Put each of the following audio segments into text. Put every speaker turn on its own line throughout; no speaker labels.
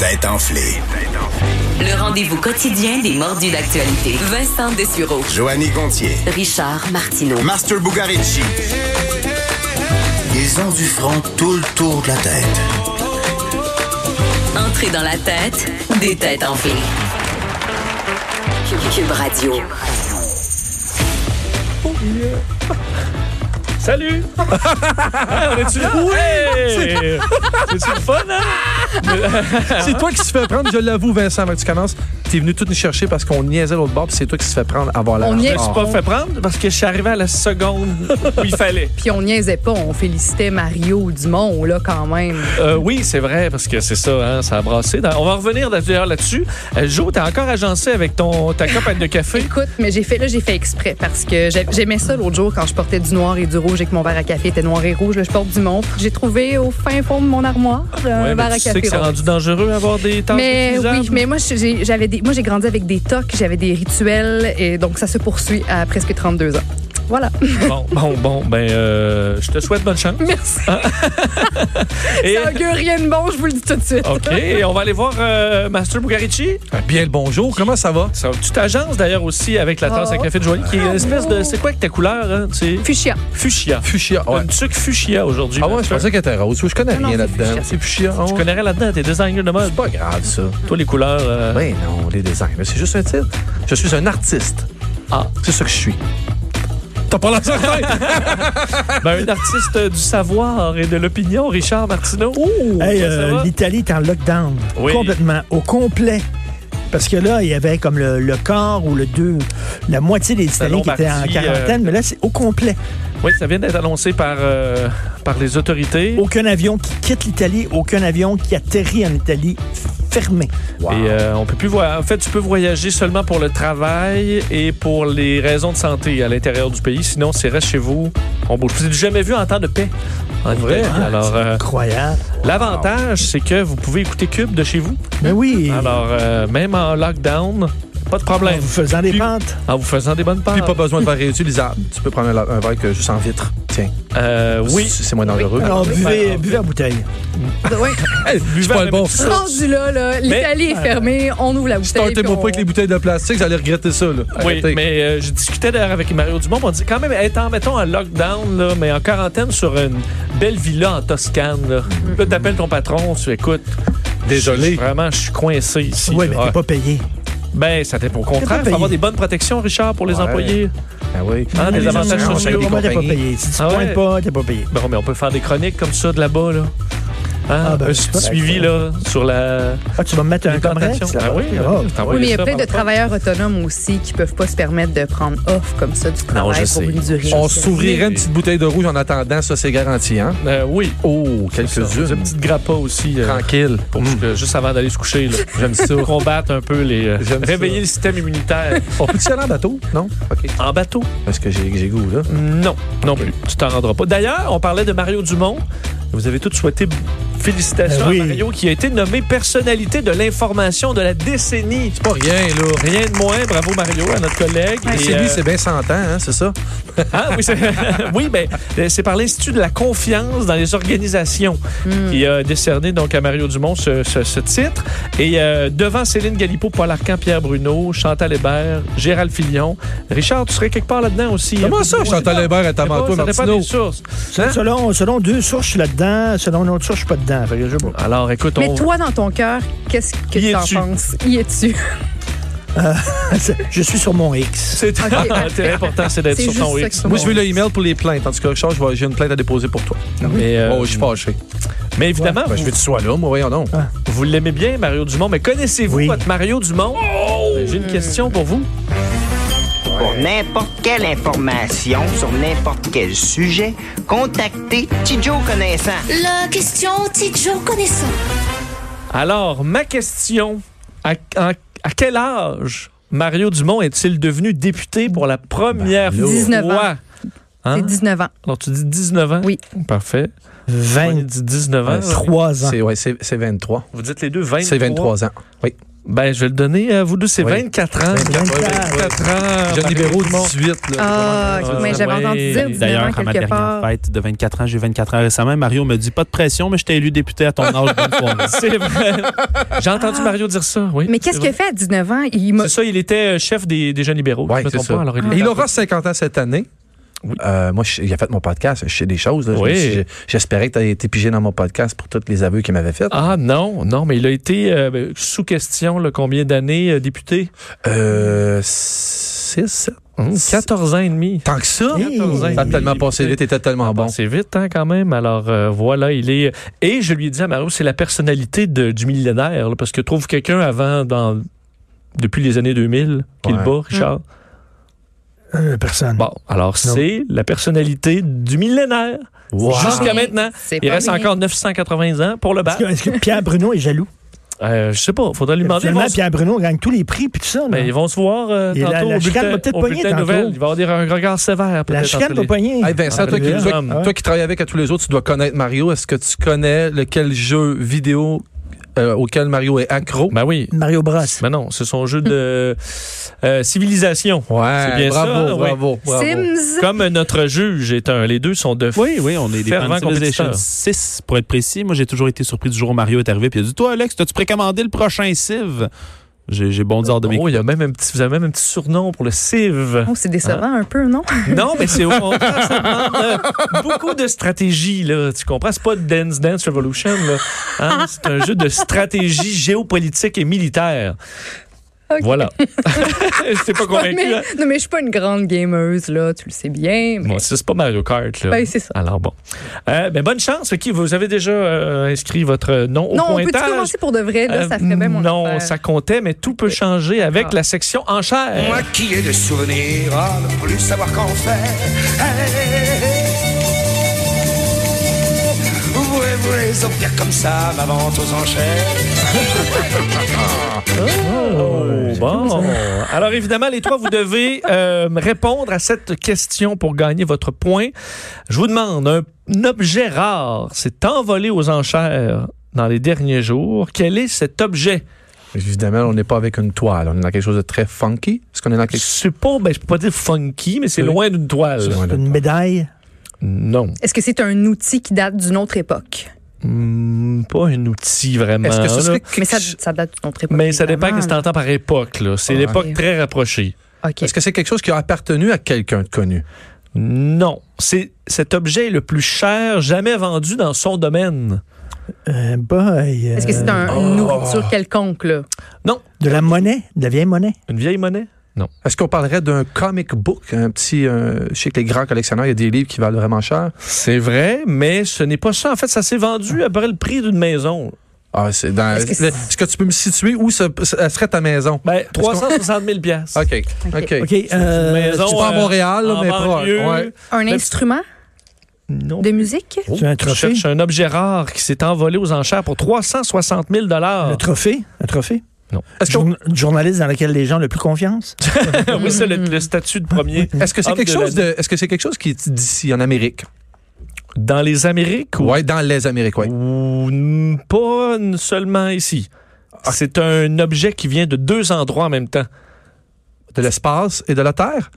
Tête enflée.
Le rendez-vous quotidien des mordus d'actualité. Vincent Dessureau.
Joanny Gontier.
Richard Martineau.
Master Bugarici. Ils ont du front tout le tour de la tête.
Entrée dans la tête des têtes enflées. Cube Radio.
Salut! Hey, on est-tu là? Hey! C'est-tu le fun, hein?
C'est toi qui se fait prendre, je l'avoue, Vincent, avant que tu commences. T'es venu tout nous chercher parce qu'on niaisait l'autre bord, puis c'est toi qui se fait prendre avant la
On
Je
niaise
me suis pas fait prendre parce que je suis arrivé à la seconde où il fallait.
Puis on niaisait pas, on félicitait Mario Dumont, là, quand même.
Euh, oui, c'est vrai, parce que c'est ça, hein, ça a brassé. Dans- On va revenir d'ailleurs là-dessus. Euh, Jo, t'es encore agencé avec ton, ta campagne de café.
Écoute, mais j'ai fait, là, j'ai fait exprès parce que j'ai- j'aimais ça l'autre jour quand je portais du noir et du rouge et que mon verre à café était noir et rouge. Là, je porte du Dumont. J'ai trouvé au fin fond de mon armoire euh, un
Ouais, mais
verre à
tu sais
café.
que c'est
rouge.
rendu dangereux avoir des tâches
Mais
utilisables.
oui, mais moi j'ai- j'avais des, moi j'ai grandi avec des tocs, j'avais des rituels et donc ça se poursuit à presque 32 ans. Voilà.
Bon, bon, bon, ben, euh, je te souhaite bonne chance.
Merci.
Et-
Ça augure rien de bon, je vous le dis tout de suite.
OK, et on va aller voir euh, Master Bugarici.
Bien le bonjour, comment ça va?
Ça, tu t'agences d'ailleurs aussi avec la tasse à
Oh.
café de Joanie, qui est une espèce de. C'est quoi que ta couleur, hein? Tu sais?
Fuchsia.
Fuchsia.
Fuchsia,
Un
ouais.
sucre fuchsia aujourd'hui.
Ah ouais, je
Master.
pensais qu'elle était rose. Je connais
Non,
rien
c'est
là-dedans.
fuchsia.
C'est fuchsia. ah ouais.
Tu connais là-dedans, t'es designer de mode.
C'est pas grave, ça.
Toi, les couleurs. euh,
Ben non, les designs. mais C'est juste un titre. Je suis un artiste.
Ah.
C'est ça que je suis. T'as pas la certain?
ben, un artiste euh, du savoir et de l'opinion, Richard Martineau. Ouh!
Hey,
ça
euh,
va?
L'Italie est en lockdown.
Oui.
Complètement. Au complet. Parce que là, il y avait comme le, le quart ou le deux, la moitié des Italiens qui étaient en
Lombardie,
quarantaine, mais là, c'est au complet.
Oui, ça vient d'être annoncé par, euh, par les autorités.
Aucun avion qui quitte l'Italie, aucun avion qui atterrit en Italie fermé.
Et euh, on peut plus voir. En fait, tu peux voyager seulement pour le travail et pour les raisons de santé à l'intérieur du pays. Sinon, c'est reste chez vous. On bouge. plus. C'est du jamais vu en temps de paix. En vrai. Alors, euh,
Incroyable.
L'avantage, c'est que vous pouvez écouter Cube de chez vous.
Mais oui,
Alors, euh, même en lockdown, pas de
en
problème.
vous faisant des
Puis-
pentes.
En vous faisant des bonnes
Puis
parties.
pas besoin de verre réutilisable. Tu peux prendre un, la- un verre que juste en vitre. Tiens.
Euh, oui.
C'est c'est moins dangereux.
Alors, buvez,
Ben,
buvez à bouteille.
Ouais.
Hey, c'est pas le bon.
Rendu là, là, l'Italie est fermée, on ouvre la bouteille. puis
Startez-moi pas
on-
avec les bouteilles de plastique, vous allez regretter ça. Là.
Oui,
Arrêtez.
mais euh, je discutais d'ailleurs avec Mario Dumont. On dit quand même, être en, mettons, en lockdown, là, mais en quarantaine sur une belle villa en Toscane. Là, Là, t'appelles ton patron, tu écoutes.
Désolé.
je- Vraiment, je suis coincé ici.
oui, mais
Ouais.
t'es pas payé.
Ben, ça t'est pour le
pas
contraire. Il
payé.
faut avoir des bonnes protections, Richard, pour les
Ouais.
employés.
Ah oui.
Hein, des
Les
avantages
assurances,
sociaux.
des
Comment
Comment t'es pas
compagnies.
payé? Si tu te
Ah ouais?
pointes pas, t'es pas payé.
Bon, Ben, mais on peut faire des chroniques comme ça de là-bas, là. Hein?
Ah, ben,
un
c'est
petit
pas-
suivi, là, sur la.
Ah, tu vas me mettre un
les
Comrex?
plantations.
là-bas?
Ah oui,
Ah,
oui, je t'envoie
Oui, mais il y a
ça
plein de
par rapport.
travailleurs autonomes aussi qui peuvent pas se permettre de prendre off comme ça du travail
je
pour
sais.
une durée.
On s'ouvrirait une petite bouteille de rouge en attendant, ça c'est garanti, hein?
Euh, oui.
Oh,
Une
quelques-unes.
petite grappa aussi. euh,
Tranquille.
pour que- juste avant d'aller se coucher, là. j'aime ça. Combattre un peu les. euh,
J'aime ça.
réveiller le système immunitaire.
On peut-tu aller en bateau? Non? OK.
en bateau?
Parce que j'ai j'ai goût, là.
Non, non plus. Tu t'en rendras pas. D'ailleurs, on parlait de Mario Dumont. Vous avez tous souhaité b- félicitations
Ben oui.
à Mario qui a été nommé personnalité de l'information de la décennie.
Pas rien, là.
Rien de moins. Bravo Mario à notre collègue. Et,
C'est
euh,
lui, c'est bien 100 ans, hein, c'est ça?
Ah, oui, c'est oui, ben, euh, c'est par l'Institut de la confiance dans les organisations
Hmm.
qui a décerné donc à Mario Dumont ce, ce- ce titre. Et euh, devant Céline Galipo, Paul Arcan, Pierre Bruno, Chantal Hébert, Gérald Fillon. Richard, tu serais quelque part là-dedans aussi. hein?
Comment ça, Chantal Hébert est avant toi,
Ça dépend
Martineau?
des sources. Hein?
Selon, selon deux sources, je suis là-dedans. Selon une autre source, je suis pas dedans. Fait que je sais pas.
Alors, écoute, on...
Mais toi, dans ton cœur, qu'est-ce
Y
que t'en
es-tu?
penses? Y es-tu?
Je suis sur mon X.
c'est
Ok, parfait.
important, c'est d'être
C'est
sur
juste
ton
ça
X.
que-
Moi, je veux le email pour les plaintes. En tout cas, Richard, je vais- j'ai une plainte à déposer pour toi.
Mais, euh,
Oh, je suis fâché.
mais évidemment,
Ben, je veux que tu sois là, moi, voyons donc.
vous, vous l'aimez bien, Mario Dumont, mais connaissez-vous
Oui.
votre Mario Dumont?
Oh!
Ben, J'ai une question pour vous.
Pour n'importe quelle information sur n'importe quel sujet, contactez Tidjo Connaissant.
La question Tidjo connaissant.
Alors, ma question, à, en- à quel âge Mario Dumont est-il devenu député pour la première
là. 19 ans.
fois? Hein?
T'es 19 ans.
Alors, tu dis 19 ans?
Oui.
Parfait. On
23
dit 19 ans.
ans.
C'est ouais, c'est c'est 23.
Vous dites les deux 23.
C'est 23 ans. Oui.
Ben, je vais le donner à vous deux. C'est
Oui.
24 ans.
24.
24 ans.
Jeanne Libéraux, 18.
Ah, mais j'avais entendu dire 19 ans
D'ailleurs, à ma
quelque
dernière
part.
fête de 24 ans, j'ai 24 ans récemment, Mario me dit pas de pression, mais je t'ai élu député à ton âge. bonne soirée.
C'est vrai. J'ai entendu Mario dire ça, oui.
Ah. Mais qu'est-ce
C'est
qu'il a
vrai.
fait à 19 ans? Il m'a-
C'est ça, il était euh, chef des, des jeunes libéraux.
Ouais,
je me
c'est
trompe
ça.
pas. Alors, il
Ah.
Et
est
il aura 50 ans cette année. Euh, moi, je- il a fait mon podcast. Je sais des choses. là. Je
Oui.
me suis- J'espérais que tu été pigé dans mon podcast pour tous les aveux qu'il m'avait fait.
Ah non, non, mais il a été euh, ben, sous question là, combien d'années euh, député?
Euh, 6, 7.
Hum, 14 ans et demi.
Tant que ça.
Hey.
T'as tellement passé vite, t'étais tellement bon.
C'est vite, hein, quand même. Alors, euh, voilà, il est. Et je lui ai dit à Mario, c'est la personnalité de- du millénaire, là, parce que trouve quelqu'un avant, dans depuis les années 2000, qu'il
Ouais.
bat,
Hum.
Richard.
Euh, personne.
Bon, alors, c'est la personnalité du millénaire. Jusqu'à maintenant.
C'est
Il
pas
reste
rien.
encore 980 ans pour le
Est-ce que,
battre.
est-ce que Pierre Bruno est jaloux?
Euh, je sais pas, faudrait lui demander.
Finalement,
Ils vont se-
Pierre Bruno gagne tous les prix puis tout ça. là.
Ben, ils vont se voir euh,
hein. Et la-
tantôt
la
au
chicane
bulletin,
va peut-être
au
pogner
bulletin
tantôt.
nouvelle. Il va y avoir des- un regard sévère.
la
peut-être,
chicane
entre
va
les-
pogner.
Hey Vincent, toi, qui,
Ah,
toi-
ouais.
toi qui travailles avec à tous les autres, tu dois connaître Mario. Est-ce que tu connais lequel jeu vidéo euh, auquel Mario est accro?
Ben oui.
Mario Bros.
Mais non, c'est son jeu de euh, civilisation.
Ouais,
C'est bien
bravo,
ça, oui.
bravo, bravo.
Sims.
Comme notre juge est un, les deux sont de
Oui, oui, on est des
Fervent
fans de Civilization
compétiteurs.
6, pour être précis. Moi, j'ai toujours été surpris du jour où Mario est arrivé. Puis il a dit Toi, Alex, t'as-tu précommandé le prochain Civ J'ai j'ai bondi hors de mes.
Oh, il y a même un petit, vous avez même un petit surnom pour le civ.
Oh, c'est décevant
Hein?
un peu, non?
Non, mais c'est au contraire, ça demande euh, beaucoup de stratégie, là. Tu comprends? C'est pas Dance Dance Revolution, là. Hein? C'est un jeu de stratégie géopolitique et militaire.
Ok.
Voilà. c'est pas convaincu,
Mais-
hein?
non, mais je suis pas une grande gameuse, là, tu le sais bien. mais-
Bon, ça, c'est pas Mario Kart, là.
Ben, c'est ça.
Alors bon. Euh, ben, bonne chance, Vicky. Vous avez déjà euh, inscrit votre nom
non,
au
on peut-tu
pointage.
commencer pour de vrai? Là,
Euh,
ça ferait bien mon
Non,
affaire. Ah.
ça comptait, mais tout peut changer avec la section enchères.
Moi qui ai des souvenirs à ne plus savoir qu'en faire. Hey, Voulez-vous les offrir comme ça, ma vente aux enchères?
Oh, bon. Alors évidemment, les trois, vous devez euh, répondre à cette question pour gagner votre point. Je vous demande, un, un objet rare s'est envolé aux enchères dans les derniers jours. Quel est cet objet?
Oh. Évidemment, on n'est pas avec une toile. On est dans quelque chose de très funky. Est-ce qu'on est dans
Je
quelque chose...
sais pas, ben, je peux pas dire funky, mais c'est
Oui.
loin d'une toile.
Ouais, là.
Une médaille.
Non.
Est-ce que c'est un outil qui date d'une autre époque?
Hmm, pas un outil vraiment.
Est-ce que ce
là.
serait...
Mais ça, ça date d'une autre époque.
Mais ça dépend
évidemment,
qu'est-ce que tu entends par époque. là. C'est
Ouais.
l'époque très rapprochée.
là. OK.
Est-ce que c'est quelque chose qui a appartenu à quelqu'un de connu?
Non. C'est cet objet est le plus cher jamais vendu dans son domaine.
Euh, boy, euh,
Est-ce que c'est un- une nourriture quelconque, là?
De la monnaie. De la vieille monnaie.
Une vieille monnaie?
Est-ce qu'on parlerait d'un comic book? Un petit... euh, je sais que les grands collectionneurs, il y a des livres qui valent vraiment cher.
C'est vrai, mais ce n'est pas ça. En fait, ça s'est vendu à peu près le prix d'une maison.
Ah, c'est dans...
Est-ce que
Est-ce
c'est-
que tu peux me situer où ce- ce serait ta maison?
Ben, 360 000 piastres.
OK. OK.
OK. euh,
maison,
C'est hein? pas à
euh,
Montréal, là,
en
mais proche.
banlieue.
Ouais.
Un instrument
Non.
de musique?
c'est un
Je
trophée.
Oh, cherche un objet rare qui s'est envolé aux enchères pour 360 000
Un trophée. Un trophée.
Non.
Est-ce qu'on- Journa- journaliste dans lequel les gens ont le plus confiance?
Oui, c'est le, le statut de premier.
Est-ce que c'est
Homme
quelque
de
chose de, est-ce que c'est quelque chose qui est d'ici en Amérique
Dans les Amériques ou
Ouais, dans les Amériques, ouais.
ou n- pas n- seulement ici.
Ah.
C'est un objet qui vient de deux endroits en même temps.
De l'espace et de la terre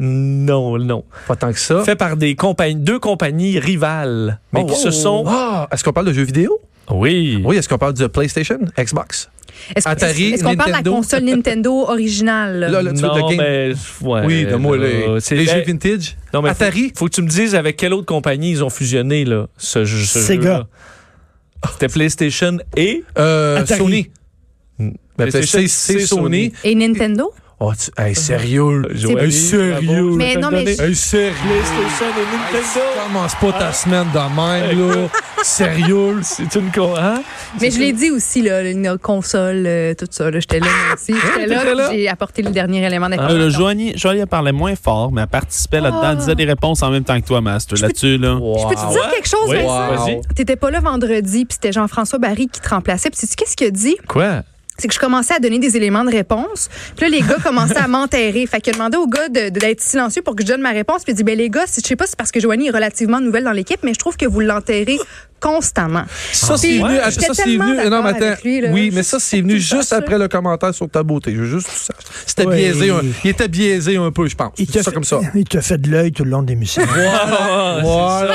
Non, non.
Pas tant que ça.
Fait par des compagnies, deux compagnies rivales, mais
Ah. Oh,
qui
wow.
se sont.
Ah, est-ce qu'on parle de jeux vidéo
Oui.
Oui, est-ce qu'on parle de PlayStation, Xbox
Est-ce que-
Atari,
est-ce qu'on parle de la
Nintendo.
console Nintendo originale? là?
Ah, Là, là, tu veux
Non,
le game-
mais ouais,
Oui, de moi les,
euh, c'est-
les
eh,
jeux vintage.
non, mais faut-
Atari.
Faut, que tu me dises avec quelle autre compagnie ils ont fusionné là ce, jeu- ce
Sega.
jeu-là. C'était PlayStation et
Euh,
Atari.
Sony. Ben,
PlayStation,
c'est, c'est
c'est Euh,
Sony.
Et Nintendo?
Oh, tu... hey, sérieux.
Joanie,
Hey, sérieux.
bravo,
Mais
je
non,
te
mais
le donne.
Hey, sérieux.
PlayStation et Nintendo.
Commence pas ta semaine de même, là. Sérieux.
C'est une con. hein?
Mais je l'ai dit aussi, là, une console, euh, tout ça. là, J'étais là, moi aussi. J'étais là,
t'étais là?
puis j'ai apporté le dernier élément
Euh, le
d'information.
Joanie, Joanie, elle parlait moins fort, mais elle participait là-dedans. Elle disait des réponses en même temps que toi, Master. Là-dessus, là.
Je peux te dire quelque chose,
Oui,
Vincent?
vas-y.
T'étais pas là vendredi, puis c'était Jean-François Barry qui te remplaçait. Puis sais-tu qu'est-ce qu'il a dit?
Quoi?
c'est que je commençais à donner des éléments de réponse. Puis là, les gars commençaient à m'enterrer. Fait que demandait au gars de- de- d'être silencieux pour que je donne ma réponse. Puis il dit, ben les gars, c'est- je sais pas si c'est parce que Joanie est relativement nouvelle dans l'équipe, mais je trouve que vous l'enterrez constamment.
Ça, c'est
Puis,
venu,
j'étais
ça, c'est
tellement
venu- non,
d'accord
mais attends.
avec lui, là.
oui,
Je-
mais ça, c'est venu juste
fâcheux.
après le commentaire sur ta beauté. Je veux juste que tu saches. C'était
Ouais.
biaisé. un- il était biaisé un peu, je pense.
Il
C'est
te
ça
fait-
comme ça.
Il te fait de l'œil tout le long des musiciens.
Ah,
Voilà.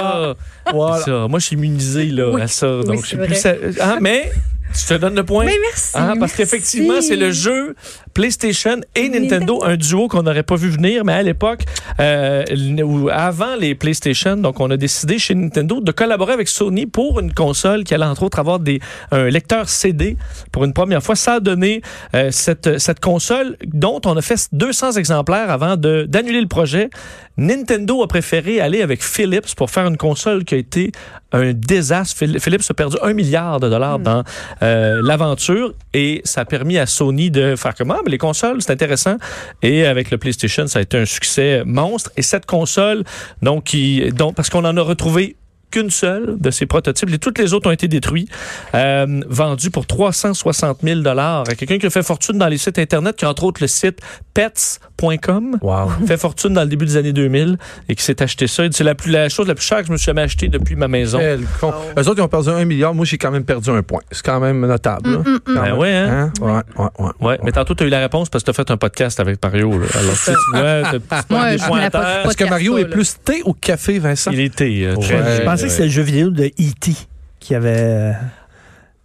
c'est ça.
Voilà.
C'est ça. Moi, je suis immunisé là,
Oui.
à ça.
Oui,
Donc,
c'est
je suis
vrai.
plus. sa- Hein, mais tu te donnes le point.
Mais merci,
Hein, parce
merci.
qu'effectivement, c'est le jeu PlayStation et Nintendo, un duo qu'on n'aurait pas vu venir, mais à l'époque, euh, ou avant les PlayStation, donc on a décidé chez Nintendo de collaborer avec Sony pour une console qui allait entre autres avoir des, un lecteur CD pour une première fois. Ça a donné euh, cette, cette console dont on a fait 200 exemplaires avant de- d'annuler le projet. Nintendo a préféré aller avec Philips pour faire une console qui a été un désastre. Phil- Philips a perdu un milliard de dollars dans euh, l'aventure et ça a permis à Sony de faire comment? les consoles, c'est intéressant. Et avec le PlayStation, ça a été un succès monstre. Et cette console, donc, qui, donc parce qu'on en a retrouvé qu'une seule de ces prototypes. Les- toutes les autres ont été détruits, euh, vendus pour 360 000 dollars à quelqu'un qui a fait fortune dans les sites Internet, qui a entre autres le site pets.com,
Hmm.
fait fortune dans le début des années 2000 et qui s'est acheté ça. Il dit, C'est la, plus, la chose la plus chère que je me suis jamais achetée depuis ma maison.
Quel con. Eux autres, ils ont perdu un milliard. Moi, j'ai quand même perdu un point. C'est quand même notable. là. Quand
Ben
même.
ouais, hein?
Hein? Ouais, ouais, ouais.
Ouais, mais tantôt, tu as eu la réponse parce que tu as fait un podcast avec Mario. là. Alors, si tu vois, t'as- tu prends
Moi,
des
je
points
me
à
la pose
terre.
pas
Est-ce que
de
Mario
perso,
est
là.
plus thé ou café, Vincent?
Il était euh, très...
Ouais.
Je pensais que c'était le jeu vidéo de E.T. qui avait. euh,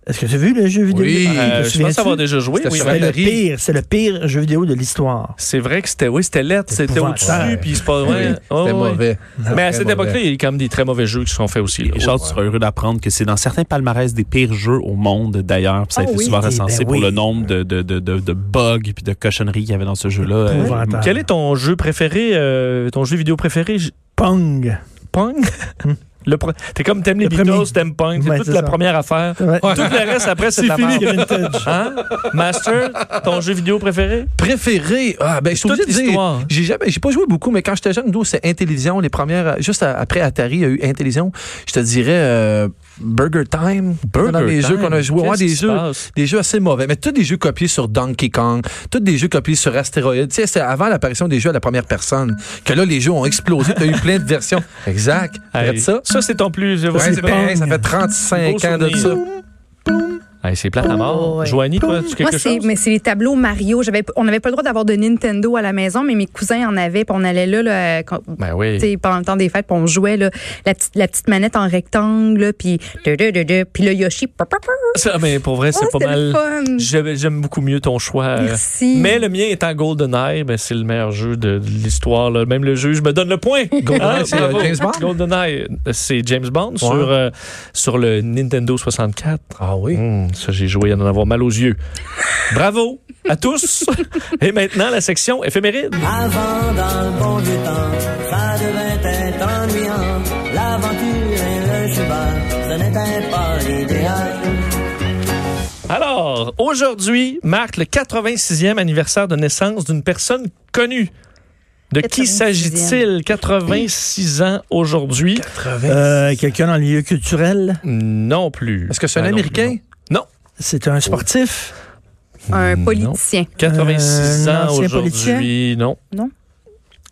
Est-ce que tu as vu le jeu vidéo?
Oui.
de E.T.?
Euh,
Te
je pense
souviens-tu?
avoir déjà joué.
C'était
oui,
sur
oui.
C'était le
Valérie.
pire, c'est le pire jeu vidéo de l'histoire.
C'est vrai que c'était oui, c'était lettre, c'était au-dessus,
épouvantable.
puis c'est pas
Oui,
vrai.
C'était mauvais.
Mais à
Très
cette
mauvais.
époque-là, il y a quand même des très mauvais jeux qui sont faits aussi. là.
Richard, tu seras heureux d'apprendre que c'est dans certains palmarès des pires jeux au monde, d'ailleurs. Puis Ça a
Ah
été
oui,
souvent
eh ben
recensé pour
oui.
le nombre de, de, de, de, de bugs et de cochonneries qu'il y avait dans ce jeu-là. Euh,
Épouvantable.
Quel est ton jeu préféré, euh, ton jeu vidéo préféré? J-
Pong.
Pong? Le pre- T'es comme t'aimes les
Le premier.
Beatles, t'aimes Pong, c'est
Ouais,
toute
c'est
la
ça.
première affaire.
Ouais.
Tout le reste après, c'est
C'est
ta
fini,
merde.
vintage.
Hein? Master, ton jeu vidéo préféré?
Préféré. Ah, ben, je suis
Toute
obligé de dire-
l'histoire.
J'ai jamais, j'ai pas joué beaucoup, mais quand j'étais jeune, nous, c'est Intellivision. Les premières, juste à- après Atari, il y a eu Intellivision. Je te dirais, euh, Burger Time. dans les jeux qu'on a joués. Ouais,
Qu'est-ce
des
qui se
jeux.
passe?
des jeux assez mauvais, mais tous des jeux copiés sur Donkey Kong, tous des jeux copiés sur Astéroïdes. Tu sais, c'est avant l'apparition des jeux à la première personne que là, les jeux ont explosé. Tu as eu plein de versions. Exact. Arrête
Hey,
ça.
c'est ton plus.
Ouais,
c'est
c'est ben, ça fait 35
Beau
ans de ça.
souvenir. Hey, c'est plate à mort.
Oh, ouais.
Joanie, toi, tu
Moi,
quelque
c'est,
chose?
mais c'est les tableaux Mario. J'avais, on n'avait pas le droit d'avoir de Nintendo à la maison, mais mes cousins en avaient. Puis on allait là, là, quand-
Ben oui.
tu sais, pendant le temps des fêtes, puis on jouait là, la, petite, la petite manette en rectangle, là, puis de, de, de, de, puis le Yoshi. pa, pa, pa.
Ça, mais pour vrai, c'est
Ah,
pas
c'était le
mal.
fun.
J'aime j'aime beaucoup mieux ton choix. euh,
Merci.
Mais le mien étant GoldenEye, ben c'est le meilleur jeu de, de l'histoire. là. Même le juge me donne le point. Ah,
GoldenEye, c'est,
bravo.
euh, James Bond?
GoldenEye, euh, c'est James Bond sur, euh, sur le Nintendo 64.
Ah oui.
Hum, ça, j'ai joué à en avoir mal aux yeux. Bravo à tous. Et maintenant, la section éphéméride.
Avant dans le bon vieux temps, ça devait être ennuyant. L'aventure et le cheval, ce n'était pas l'idéal.
Alors, aujourd'hui marque le 86e anniversaire de naissance d'une personne connue. De qui
86e.
s'agit-il 86 ans aujourd'hui?
Euh, Quelqu'un dans le milieu culturel.
Non plus.
Est-ce que c'est un
Ah, non plus,
Américain?
Non.
C'est un sportif.
Un
Non.
politicien.
86
Euh, un
ans
ancien
aujourd'hui, non.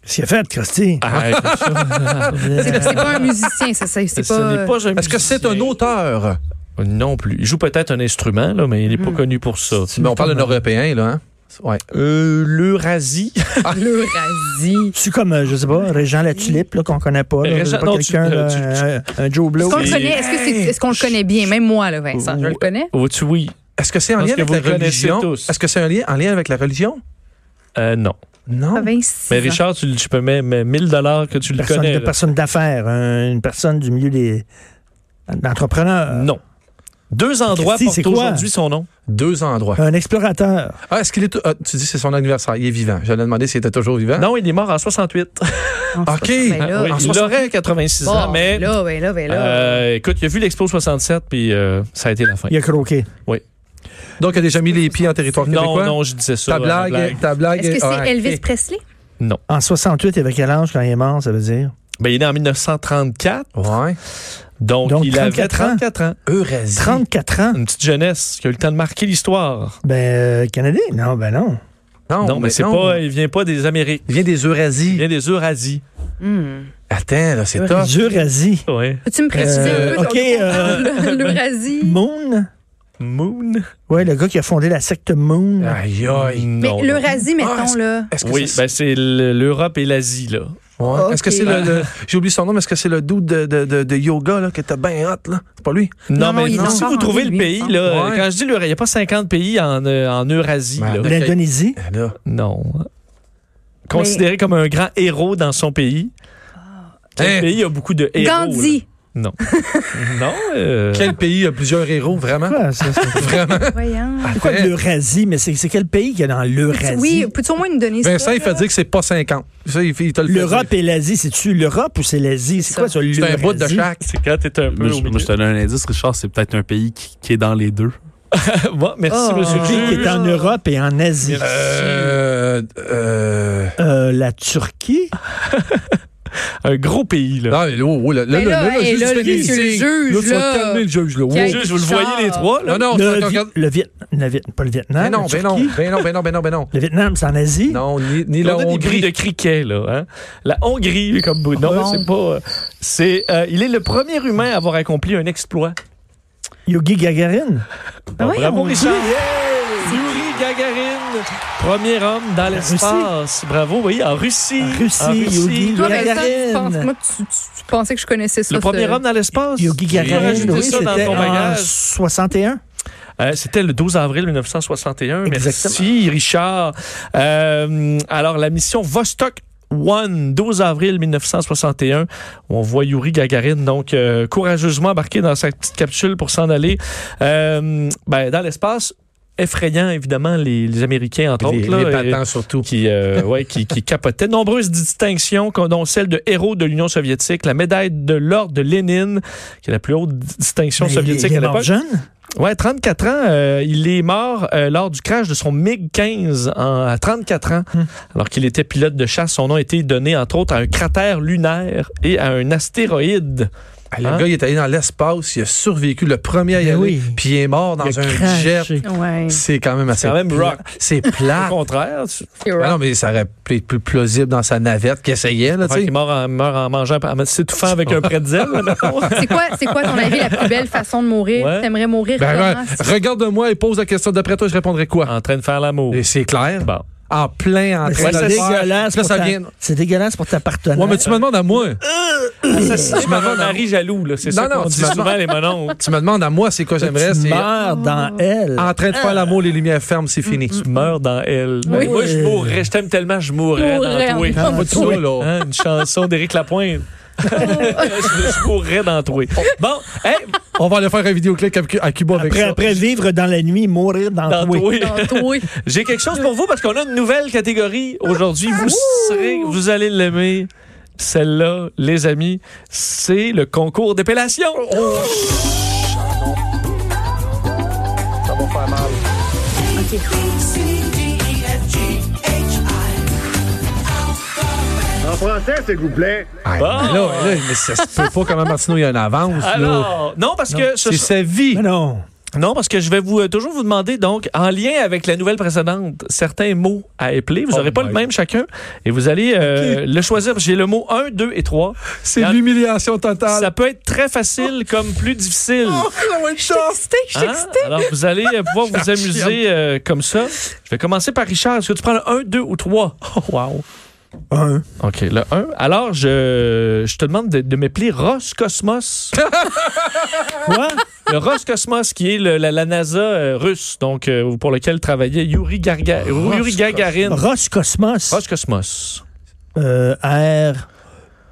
Qu'est-ce qu'il a fait, Christy?
Ah,
Arrête.
Euh,
C'est, c'est pas un musicien, c'est ça. C'est
Ce
pas, euh,
n'est pas un
Est-ce que c'est un
musicien.
auteur?
Non plus. Il joue peut-être un instrument, là, mais il n'est pas
Hmm.
connu pour ça.
Mais on parle d'un Européen, là. Hein? Ouais.
Euh, L'Eurasie.
l'Eurasie.
C'est comme, euh, je sais pas, Régent La Tulipe, là, qu'on connaît pas. là,
Régent-
je sais pas
non, tu-
quelqu'un, là,
tu- tu-
un, un Joe Blow.
Est-ce qu'on, le
Et-
connaît, est-ce, que c'est- est-ce qu'on le connaît bien? Même moi, là, Vincent, je le connais.
Vois-tu, Oh, oui.
Est-ce que c'est en
Parce
lien
que
avec
vous
la
le connaissez
religion?
tous.
Est-ce que c'est un lien, en lien avec la religion?
Euh, non.
Non.
Mais
26 ans.
Ben, Richard, tu, le- tu peux mettre mais 1000 dollars que tu le
personne,
connais.
de
là.
personne d'affaires, un- une personne du milieu des entrepreneurs,
Non. Deux endroits
Christy, c'est
portent
quoi?
aujourd'hui son nom.
Deux endroits.
un explorateur.
Ah, est-ce qu'il est. ah, tu dis que c'est son anniversaire. Il est vivant. J'allais demander s'il était toujours vivant.
Non, il est mort en 68.
OK.
Ben là,
Ah, Oui,
en
il aurait 86 ans,
bon,
mais
là, ben là, ben là.
euh, écoute, il a vu l'Expo 67, puis euh, ça a été la fin.
Il a croqué.
Donc, il a déjà mis les pieds en territoire
Non,
québécois?
non, je disais ça.
Ta
euh,
blague, ta blague.
Est-ce que c'est
ouais.
Elvis Presley?
En 68, il avait quel âge quand il est mort, ça veut dire?
Ben, il est né en 1934.
Ouais.
Donc,
Donc,
il avait 34 ans.
Eurasie.
34 ans.
Une petite jeunesse qui a eu le temps de marquer l'histoire.
Ben, euh, Canadien? Non, ben non.
Non, mais, c'est
Oh, non.
pas, il vient pas des Amériques.
Il vient des
Il
Eurasies.
vient des Eurasies.
Attends, là, c'est top.
Eurasie.
Ouais.
Peux-tu me préciser
Euh,
un peu
ok, euh,
ben,
l'Eurasie?
Moon?
Moon.
Ouais, le gars qui a fondé la secte Moon.
Aïe, aïe.
Mais
Non, Ah, non.
l'Eurasie, mettons, là.
Est-ce que
Oui,
c'est
ben c'est le- l'Europe et l'Asie, là.
ouais.
Ok.
Est-ce que c'est le, le- j'ai oublié son nom, mais est-ce que c'est le dude de, de, de, de yoga là que t'as bien hâte là C'est pas lui
Non,
Non,
non,
mais
il est
si
encore
vous
en
trouvez
vie,
le
lui,
pays,
il
là,
Ouais.
quand je dis l'Eurasie, il n'y a pas 50 pays en, euh, en Eurasie.
Ben,
là.
ok.
L'Indonésie.
Là.
Non. Considéré comme un grand héros dans son pays. Quel
Hein?
pays a beaucoup de héros? là?
Gandhi.
Non. non. euh,
Quel pays a plusieurs héros vraiment
Quoi, ça, c'est-
Voyons.
c'est quoi
Attends.
l'Eurasie? Mais c'est c'est quel pays qu'il y a dans l'Eurasie?
Oui, peux-tu au moins nous donner ça?
Vincent, il fait
là?
dire que c'est pas 50. Ça, il, fait- il te le fait
L'Europe
dire.
et l'Asie, c'est-tu l'Europe ou c'est l'Asie? C'est quoi ça, l'Eurasie?
C'est un bout de chaque.
C'est quand t'es un peu
Moi,
au
je, moi,
milieu.
je te donne un indice, Richard, c'est peut-être un pays qui, qui est dans les deux.
Moi, merci,
Oh.
monsieur
Ah, Le
le
pays qui
juge.
est en Europe et en Asie.
Euh, euh,
Euh, la Turquie?
Un gros pays, là.
Non, mais là, oh, oh, là, là,
Mais là,
là, là,
hey,
juste
là,
fais des
monsieur le
signes.
juge,
Là, tu vas
là.
calmer le juge, là. Oh.
Quel-
Je, je vous le
Richard.
voyez, les trois, là.
Non, Ah non,
le,
regarde, regarde.
Vi- le Viet- le Viet- pas le Vietnam.
Mais non,
la
ben non,
Turquie.
ben non, ben non, ben non, ben non.
Le Vietnam, c'est en Asie?
Non, ni, ni
Il
la
a des bruits de
Hongrie.
criquet, là. hein. La Hongrie, comme non,
Bon.
c'est pas. euh, C'est, euh, il est le premier humain à avoir accompli un exploit.
Yogi Gagarin?
Ah oui,
Bravo,
on dit.
Richard. Yuri Gagarin, premier homme dans l'espace. Bravo, oui, en Russie.
En Russie, Yuri
Toi, Vincent, tu
Gagarin.
penses- moi, tu, tu- tu pensais que je connaissais ça.
Le premier
ce-
homme dans l'espace.
Yogi Gagarin,
rajouter
oui,
ça dans
c'était
ton
en
bagage.
61.
Euh, C'était le 12 avril 1961. Merci,
Exactement.
Richard. Euh, alors, la mission Vostok 1, 12 avril 1961, où on voit Yuri Gagarin, donc euh, courageusement embarqué dans sa petite capsule pour s'en aller euh, ben, dans l'espace. Effrayant, évidemment, les, les Américains, entre
Les,
autres. là,
les
et-
patents, surtout.
qui, euh, ouais, qui, qui capotait. Nombreuses distinctions, dont celle de héros de l'Union soviétique, la médaille de l'ordre de Lénine, qui est la plus haute distinction
Ben,
Mais il est-
soviétique
il est
à
mort
l'époque.
jeune.
Ouais, 34 ans. euh, il est mort euh, lors du crash de son MiG-15 en- à 34 ans,
Hmm.
alors qu'il était pilote de chasse. Son nom a été donné, entre autres, à un cratère lunaire et à un astéroïde.
Ah, Le
Hein?
gars, il est allé dans l'espace, il a survécu, le premier à y
Ben
aller,
oui.
puis il est mort dans
Il a
un
craché.
jet.
Ouais.
C'est quand même assez.
quand même
plat.
rock.
C'est
Au
plat.
contraire, tu-
c'est
Ben
rock.
non, mais ça aurait pu être plus plausible dans sa navette qu'il essayait, là, tu
il est
sais.
mort en, meurt en mangeant, en s'étouffant avec un pretzel. là, non?
C'est quoi, c'est quoi, ton avis, la plus belle façon de mourir?
Ouais.
T'aimerais mourir
Ben, ben,
comment?
regarde-moi et pose la question. D'après toi, je répondrais quoi?
en train de faire l'amour.
Et c'est clair.
Bon.
En plein, en train
C'est
de le faire.
dégueulasse,
Là,
pour
ça
ta-
vient.
c'est dégueulasse pour ta partenaire.
Ouais, mais tu me demandes à moi.
Tu m'as un mari jaloux, là. C'est
Non,
ça
non,
qu'on
tu
dit
m'as-
souvent, les mononcles.
Tu me demandes à moi, c'est quoi j'aimerais?
tu
C'est
meurs dans elle.
en train de
Euh.
faire l'amour, Oh, les lumières fermes, c'est fini.
meurs dans elle. Ben,
Oui.
Moi, je mourrais. Je t'aime tellement, je mourrais
Mourrais
dans toi.
en
Pas de ça, là.
Hein, une chanson d'Éric Lapointe. je, je mourrais dans toi. Bon, hey,
On va aller faire un vidéoclip avec- à Cuba avec
après,
ça.
après vivre dans la nuit, mourir dans,
dans
toi.
toi.
Dans toi.
J'ai quelque chose pour vous parce qu'on a une nouvelle catégorie aujourd'hui.
Ah,
Vous serez, vous allez l'aimer. Celle-là, les amis, c'est le concours d'épellation.
Oh, Ah, mais là, là, mais ça se peut pas comment Martino il y a une avance. là.
Alors, Ah, non parce que ce
C'est sa vie.
Mais non.
Non, parce que je vais vous euh, toujours vous demander, donc, en lien avec la nouvelle précédente, certains mots à épeler. Vous
Oh
n'aurez pas
my
le même chacun et vous allez euh, le choisir. J'ai le mot 1, 2 et 3.
C'est l'humiliation totale.
Ça peut être très facile comme plus difficile.
Ah,
Excité, je
Hein? Alors, vous allez euh, pouvoir vous amuser euh, comme ça. Je vais commencer par Richard. Est-ce que tu prends le 1, 2 ou 3? Oh, wow.
Un.
OK, le 1. Alors, je, je te demande de, de m'épeler Ross Cosmos.
Quoi?
Le Roscosmos, qui est le- la, la NASA euh, russe, donc euh, pour lequel travaillait Yuri, Garga- Yuri Gagarin.
Roscosmos.
Roscosmos.
Euh, R.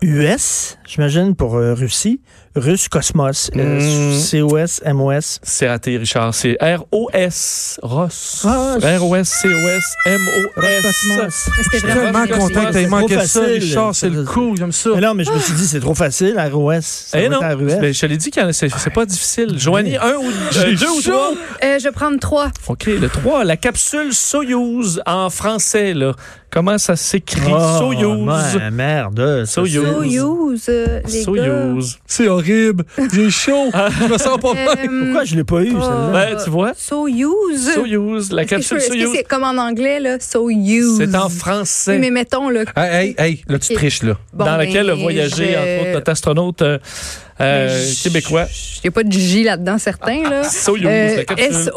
US, j'imagine, pour euh, Russie. Russe Cosmos. euh,
Hmm.
Mm.
C-O-S, M-O-S.
C'est raté, Richard. C'est R-O-S. Ross.
Ross.
R-O-S, C-O-s M-O-S.
Ah, Roscosmos.
C'était
Je suis tellement
vraiment
content que
C'est
t'aies manqué
trop
ça,
facile.
Richard. C'est le coup, j'aime ça.
Mais non, mais je me suis dit, c'est trop facile, R-O-S. Ça
Eh
doit
non,
être R-U-S.
Ben, je te l'ai dit que c'est c'est pas difficile. Joanie, un ou euh, deux ou trois.
Euh, je vais prendre trois.
OK, le 3, la capsule Soyouz en français, là, Comment ça s'écrit?
Oh,
Soyouz.
ouais, merde. euh, ça,
Soyouz.
Soyouz, euh, les gars.
Soyouz.
C'est horrible. J'ai chaud. je me sens pas bien.
Euh,
Pourquoi je l'ai pas eu, celle-là?
Ben, tu vois?
Soyouz.
Soyouz. La
Est-ce que je peux-
capsule
est-ce que
Soyouz.
c'est comme en anglais, là? Soyouz.
C'est en
Oui,
français.
mais mettons, ben, le
Hey, hey, hey, là, tu
Ok.
triches, là.
dans laquelle a voyagé, entre autres, notre astronaute euh, euh, québécois.
Il n'y a pas de J là-dedans, certains. Là.
Soyouz,
Euh,
la capsule.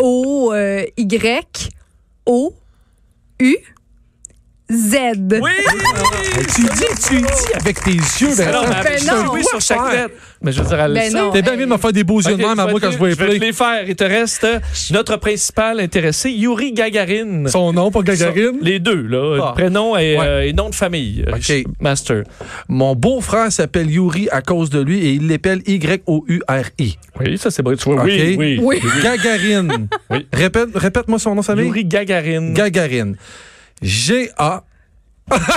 S-O-Y-O-U-Z.
Oui!
Tu dis, tu dis avec tes yeux,
Ben non,
Vincent.
mais je
Ben
suis un
non.
oui sur chaque lettre. Mais je veux dire, elle le
Ben
sait.
non.
T'es bien venu de me faire des beaux yeux
Ok,
de même à
vais
moi
te-
quand je vois les
vais te
play.
les faire. Il te reste euh, notre principal intéressé, Yuri Gagarin.
Son nom pour Gagarine.
Son- Les deux, là.
Ah.
Prénom et,
Ouais.
euh, et nom de famille.
Ok.
Master.
Mon beau-frère s'appelle Yuri à cause de lui et il l'appelle Y-O-U-R-I.
Oui, ça, c'est bon. Tu vois, oui,
Ok.
oui.
Oui.
Gagarine.
Oui.
Répète, répète-moi son nom de famille.
Yuri Gagarin.
Gagarine. G-A.
Je te fais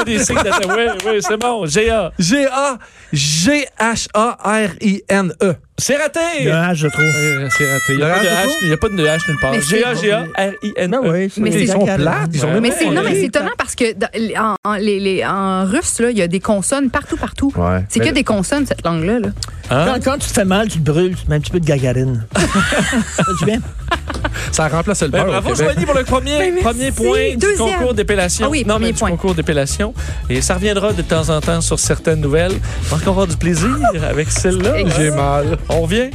Ah, des signes de ta- Oui, oui, c'est bon. G.A.
G-A. G-H-A-R-I-N-E.
C'est raté!
Le H, je trouve.
Euh, C'est raté. Il n'y a,
Le
pas de
H,
H- il y a pas de H nulle part.
Mais c'est-
G.A. G.A. R-I-N.
Ben oui,
Mais c'est-
Ils sont plates. Ils sont même
Mais
Ouais,
c'est,
ouais,
non, mais
ouais.
c'est étonnant parce que dans- les- en, en- les- les- en russe, là, il y a des consonnes partout, partout.
Ouais.
C'est que des consonnes, cette langue-là. là.
Hein?
Quand, quand tu te fais mal, tu te brûles, tu te mets un petit peu de gagarine. Ça fait du bien.
Ça remplace le
Ben,
beurre au
bravo,
Québec.
Joanie, pour le premier,
Ben, merci.
premier point du
Deuxième.
concours d'épellation.
Ah oui,
non,
premier
mais du
point.
concours d'épellation. Et ça reviendra de temps en temps sur certaines nouvelles. On va encore avoir du plaisir avec celle-là.
Exact.
J'ai mal.
On revient.